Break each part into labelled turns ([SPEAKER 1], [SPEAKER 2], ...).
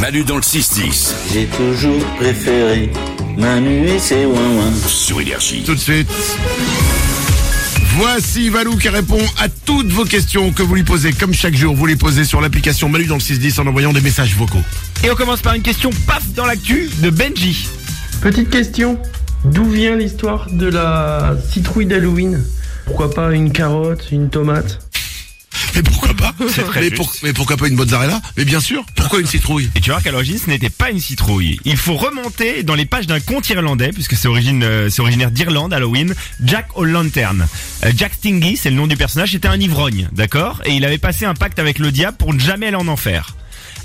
[SPEAKER 1] Manu dans le 6-10
[SPEAKER 2] J'ai toujours préféré Manu et ses ouin
[SPEAKER 1] sur Énergie.
[SPEAKER 3] Tout de suite. Voici Valou qui répond à toutes vos questions que vous lui posez. Comme chaque jour, vous les posez sur l'application Manu dans le 610 en envoyant des messages vocaux.
[SPEAKER 4] Et on commence par une question paf dans l'actu de Benji.
[SPEAKER 5] Petite question. D'où vient l'histoire de la citrouille d'Halloween Pourquoi pas une carotte, une tomate
[SPEAKER 3] Mais pourquoi pas
[SPEAKER 4] très
[SPEAKER 3] mais,
[SPEAKER 4] juste.
[SPEAKER 3] pour- mais pourquoi pas une mozzarella Mais bien sûr. Pourquoi une citrouille
[SPEAKER 4] Et tu vois qu'à l'origine, ce n'était pas une citrouille. Il faut remonter dans les pages d'un conte irlandais, puisque c'est origine, euh, c'est originaire d'Irlande, Halloween, Jack O'Lantern. Euh, Jack Stingy, c'est le nom du personnage, était un ivrogne, d'accord Et il avait passé un pacte avec le diable pour ne jamais aller en enfer.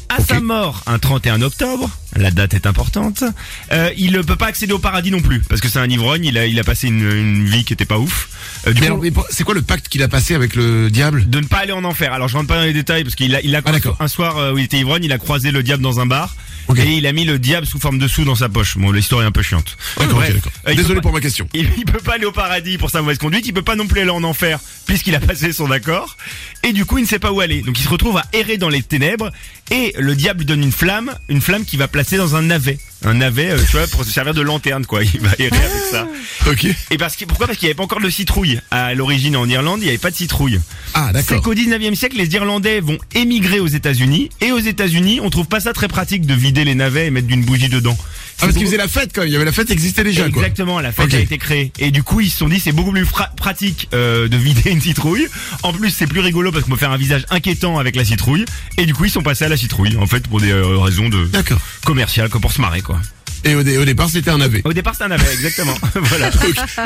[SPEAKER 4] À sa mort, un 31 octobre, la date est importante, euh, il ne peut pas accéder au paradis non plus, parce que c'est un ivrogne, il a, il a passé une, une vie qui était pas ouf. Euh, du
[SPEAKER 3] Mais
[SPEAKER 4] coup,
[SPEAKER 3] alors, mais pour- c'est quoi le pacte qu'il a passé avec le diable
[SPEAKER 4] de ne pas aller en enfer. Alors je rentre pas dans les détails parce qu'il a, il a
[SPEAKER 3] Ah, d'accord.
[SPEAKER 4] un soir euh, où il était ivrogne, il a croisé le diable dans un bar
[SPEAKER 3] Ok.
[SPEAKER 4] et il a mis le diable sous forme de sous dans sa poche. Bon, l'histoire est un peu chiante.
[SPEAKER 3] D'accord,
[SPEAKER 4] Bref,
[SPEAKER 3] ok, d'accord.
[SPEAKER 4] euh, il
[SPEAKER 3] Désolé
[SPEAKER 4] peut
[SPEAKER 3] pour ma question.
[SPEAKER 4] il, il peut pas aller au paradis pour sa mauvaise conduite, il peut pas non plus aller en enfer puisqu'il a passé son accord et du coup il ne sait pas où aller. Donc il se retrouve à errer dans les ténèbres et le diable lui donne une flamme, une flamme qu'il va placer dans un navet, un navet euh, tu vois pour se servir de lanterne quoi. Il va errer avec ça.
[SPEAKER 3] Ok.
[SPEAKER 4] Et parce que pourquoi parce qu'il n'y avait pas encore de citrouille à l'origine en Irlande, il n'y avait pas de citrouille.
[SPEAKER 3] Ah,
[SPEAKER 4] C'est
[SPEAKER 3] d'accord.
[SPEAKER 4] qu'au 19e siècle, les Irlandais vont émigrer aux États-Unis et aux États-Unis, on trouve pas ça très pratique de vider les navets et mettre d'une bougie dedans.
[SPEAKER 3] Ah, parce
[SPEAKER 4] C'est
[SPEAKER 3] qu'il
[SPEAKER 4] beaucoup-
[SPEAKER 3] faisait la fête quand Il y avait la fête existait déjà quoi.
[SPEAKER 4] Exactement, la fête
[SPEAKER 3] Ok.
[SPEAKER 4] a été créée. Et du coup, ils se sont dit, c'est beaucoup plus fra- pratique euh, de vider une citrouille. En plus, c'est plus rigolo parce qu'on peut faire un visage inquiétant avec la citrouille. Et du coup, ils sont passés à la citrouille, en fait, pour des euh, raisons de
[SPEAKER 3] D'accord.
[SPEAKER 4] commerciales, quoi, pour se marrer, quoi.
[SPEAKER 3] Et au, dé- au départ, c'était un AV.
[SPEAKER 4] Au départ, c'est un navet, exactement. voilà.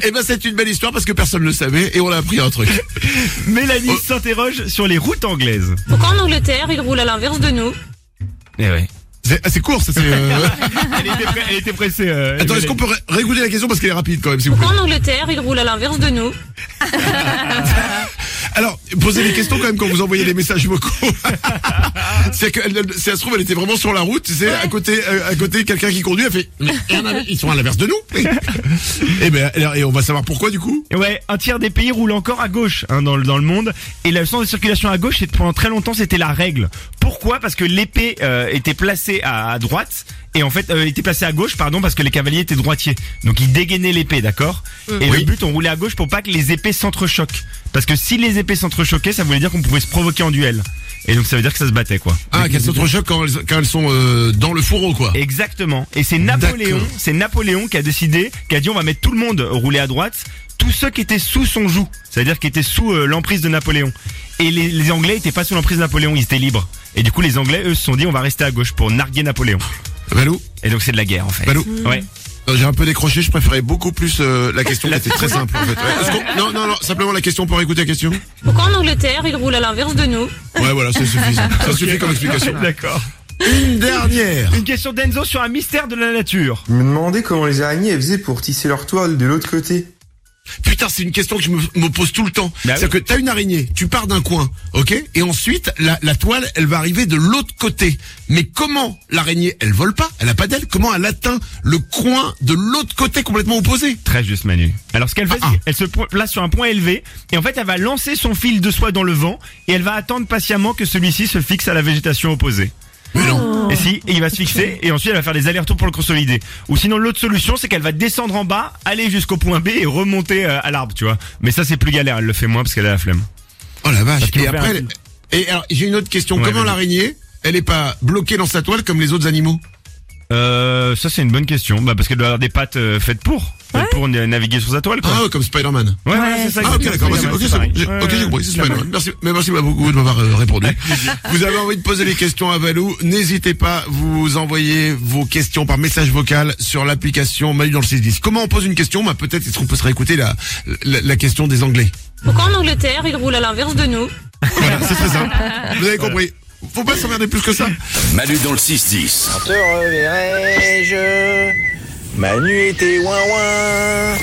[SPEAKER 3] Et ben c'est une belle histoire parce que personne ne le savait et on a appris un truc.
[SPEAKER 4] Mélanie s'interroge sur les routes anglaises.
[SPEAKER 6] Pourquoi en Angleterre, ils roulent à l'inverse de nous
[SPEAKER 4] Eh ouais.
[SPEAKER 3] C'est ah, c'est court ça. c'est, euh,
[SPEAKER 4] Elle était, pre- elle était pressée. euh,
[SPEAKER 3] Attends, est-ce
[SPEAKER 4] Mélanie.
[SPEAKER 3] qu'on peut ré- réécouter la question parce qu'elle est rapide quand même, s'il vous plaît.
[SPEAKER 6] Pourquoi en Angleterre, ils roulent à l'inverse de nous
[SPEAKER 3] Alors, posez des questions quand même quand vous envoyez des messages vocaux. c'est que, elle- elle- si elle se trouve, elle était vraiment sur la route, c'est à côté, euh, à côté, quelqu'un qui conduit, elle fait, mais il y en a- ils sont à l'inverse de nous. et ben, alors, et on va savoir pourquoi du coup.
[SPEAKER 4] Ouais, un tiers des pays roulent encore à gauche hein, dans, le, dans le monde. Et la sens de circulation à gauche, c'est- pendant très longtemps, c'était la règle. Pourquoi Parce que l'épée euh, était placée à, à droite. Et en fait, euh, était placée à gauche, pardon, parce que les cavaliers étaient droitiers. Donc ils dégainaient l'épée, d'accord Et
[SPEAKER 3] Oui.
[SPEAKER 4] le but, on roulait à gauche pour pas que les épées s'entrechoquent. Parce que si les épées s'entrechoquaient, ça voulait dire qu'on pouvait se provoquer en duel. Et donc ça veut dire que ça se battait, quoi.
[SPEAKER 3] Ah, qu'elles s'entrechoquent quand elles, quand elles sont euh, dans le fourreau quoi.
[SPEAKER 4] Exactement. Et c'est Napoléon,
[SPEAKER 3] D'accord.
[SPEAKER 4] c'est Napoléon qui a décidé, qui a dit on va mettre tout le monde rouler à droite, tous ceux qui étaient sous son joug, c'est-à-dire qui étaient sous euh, l'emprise de Napoléon. Et les, les Anglais étaient pas sous l'emprise de Napoléon, ils étaient libres. Et du coup, les Anglais, eux, se sont dit on va rester à gauche pour narguer Napoléon.
[SPEAKER 3] Valou,
[SPEAKER 4] Et donc c'est de la guerre en fait.
[SPEAKER 3] Valou.
[SPEAKER 4] Ouais.
[SPEAKER 3] Euh, J'ai un peu décroché, je préférais beaucoup plus euh, la question qui était très simple en fait. Ouais, est-ce qu'on- Non, non, non, simplement la question pour écouter la question.
[SPEAKER 6] Pourquoi en Angleterre, ils roulent à l'inverse de nous
[SPEAKER 3] Ouais, voilà, c'est suffisant. Ça suffit comme explication.
[SPEAKER 4] D'accord.
[SPEAKER 3] Une dernière.
[SPEAKER 4] Une question d'Enzo sur un mystère de la nature.
[SPEAKER 5] Je me demandais comment les araignées elles faisaient pour tisser leur toile de l'autre côté.
[SPEAKER 3] Putain, c'est une question que je me, me pose tout le temps.
[SPEAKER 4] Bah
[SPEAKER 3] C'est-à-dire que t'as une araignée, tu pars d'un coin, ok, et ensuite la, la toile, elle va arriver de l'autre côté. Mais comment l'araignée, elle vole pas, elle a pas d'aile, comment elle atteint le coin de l'autre côté complètement opposé
[SPEAKER 4] Très juste Manu. Alors ce qu'elle fait,
[SPEAKER 3] Ah, ah.
[SPEAKER 4] c'est qu'elle se po- place sur un point élevé et en fait elle va lancer son fil de soie dans le vent et elle va attendre patiemment que celui-ci se fixe à la végétation opposée.
[SPEAKER 3] Mais non.
[SPEAKER 4] Et si, et il va se fixer et ensuite elle va faire des allers-retours pour le consolider. Ou sinon l'autre solution c'est qu'elle va descendre en bas, aller jusqu'au point B et remonter euh, à l'arbre, tu vois. Mais ça c'est plus galère, elle le fait moins parce qu'elle a la flemme.
[SPEAKER 3] Oh la vache.
[SPEAKER 4] Parce qu'ils
[SPEAKER 3] Et
[SPEAKER 4] vont faire
[SPEAKER 3] après,
[SPEAKER 4] un-
[SPEAKER 3] elle- et alors j'ai une autre question.
[SPEAKER 4] Ouais,
[SPEAKER 3] comment
[SPEAKER 4] vas-y.
[SPEAKER 3] l'araignée, elle est pas bloquée dans sa toile comme les autres animaux
[SPEAKER 4] Euh, ça c'est une bonne question, bah parce qu'elle doit avoir des pattes euh, faites pour, faites pour na- naviguer sur sa toile quoi.
[SPEAKER 3] Ah, ouais, comme Spider-Man.
[SPEAKER 4] ouais, voilà, c'est ça.
[SPEAKER 3] Ah ok d'accord,
[SPEAKER 4] exactement.
[SPEAKER 3] bah, c'est- ok, c'est bon,
[SPEAKER 4] pareil.
[SPEAKER 3] j'ai
[SPEAKER 4] Ouais,
[SPEAKER 3] ok, j'ai
[SPEAKER 4] ouais.
[SPEAKER 3] compris, c'est Spider-Man. Merci, mais merci beaucoup de m'avoir euh, répondu. vous avez envie de poser des questions à Valou, n'hésitez pas, vous envoyez vos questions par message vocal sur l'application Manu dans le 610. Comment on pose une question bah, Peut-être est-ce qu'on peut se réécouter la, la, la question des Anglais.
[SPEAKER 6] Pourquoi en Angleterre, ils roulent à l'inverse de nous
[SPEAKER 3] Voilà, c'est très simple. Vous avez compris. Faut pas s'emmerder plus que ça.
[SPEAKER 1] Manu dans le 6-10.
[SPEAKER 7] Te reverrai-je Manu et tes ouin-ouin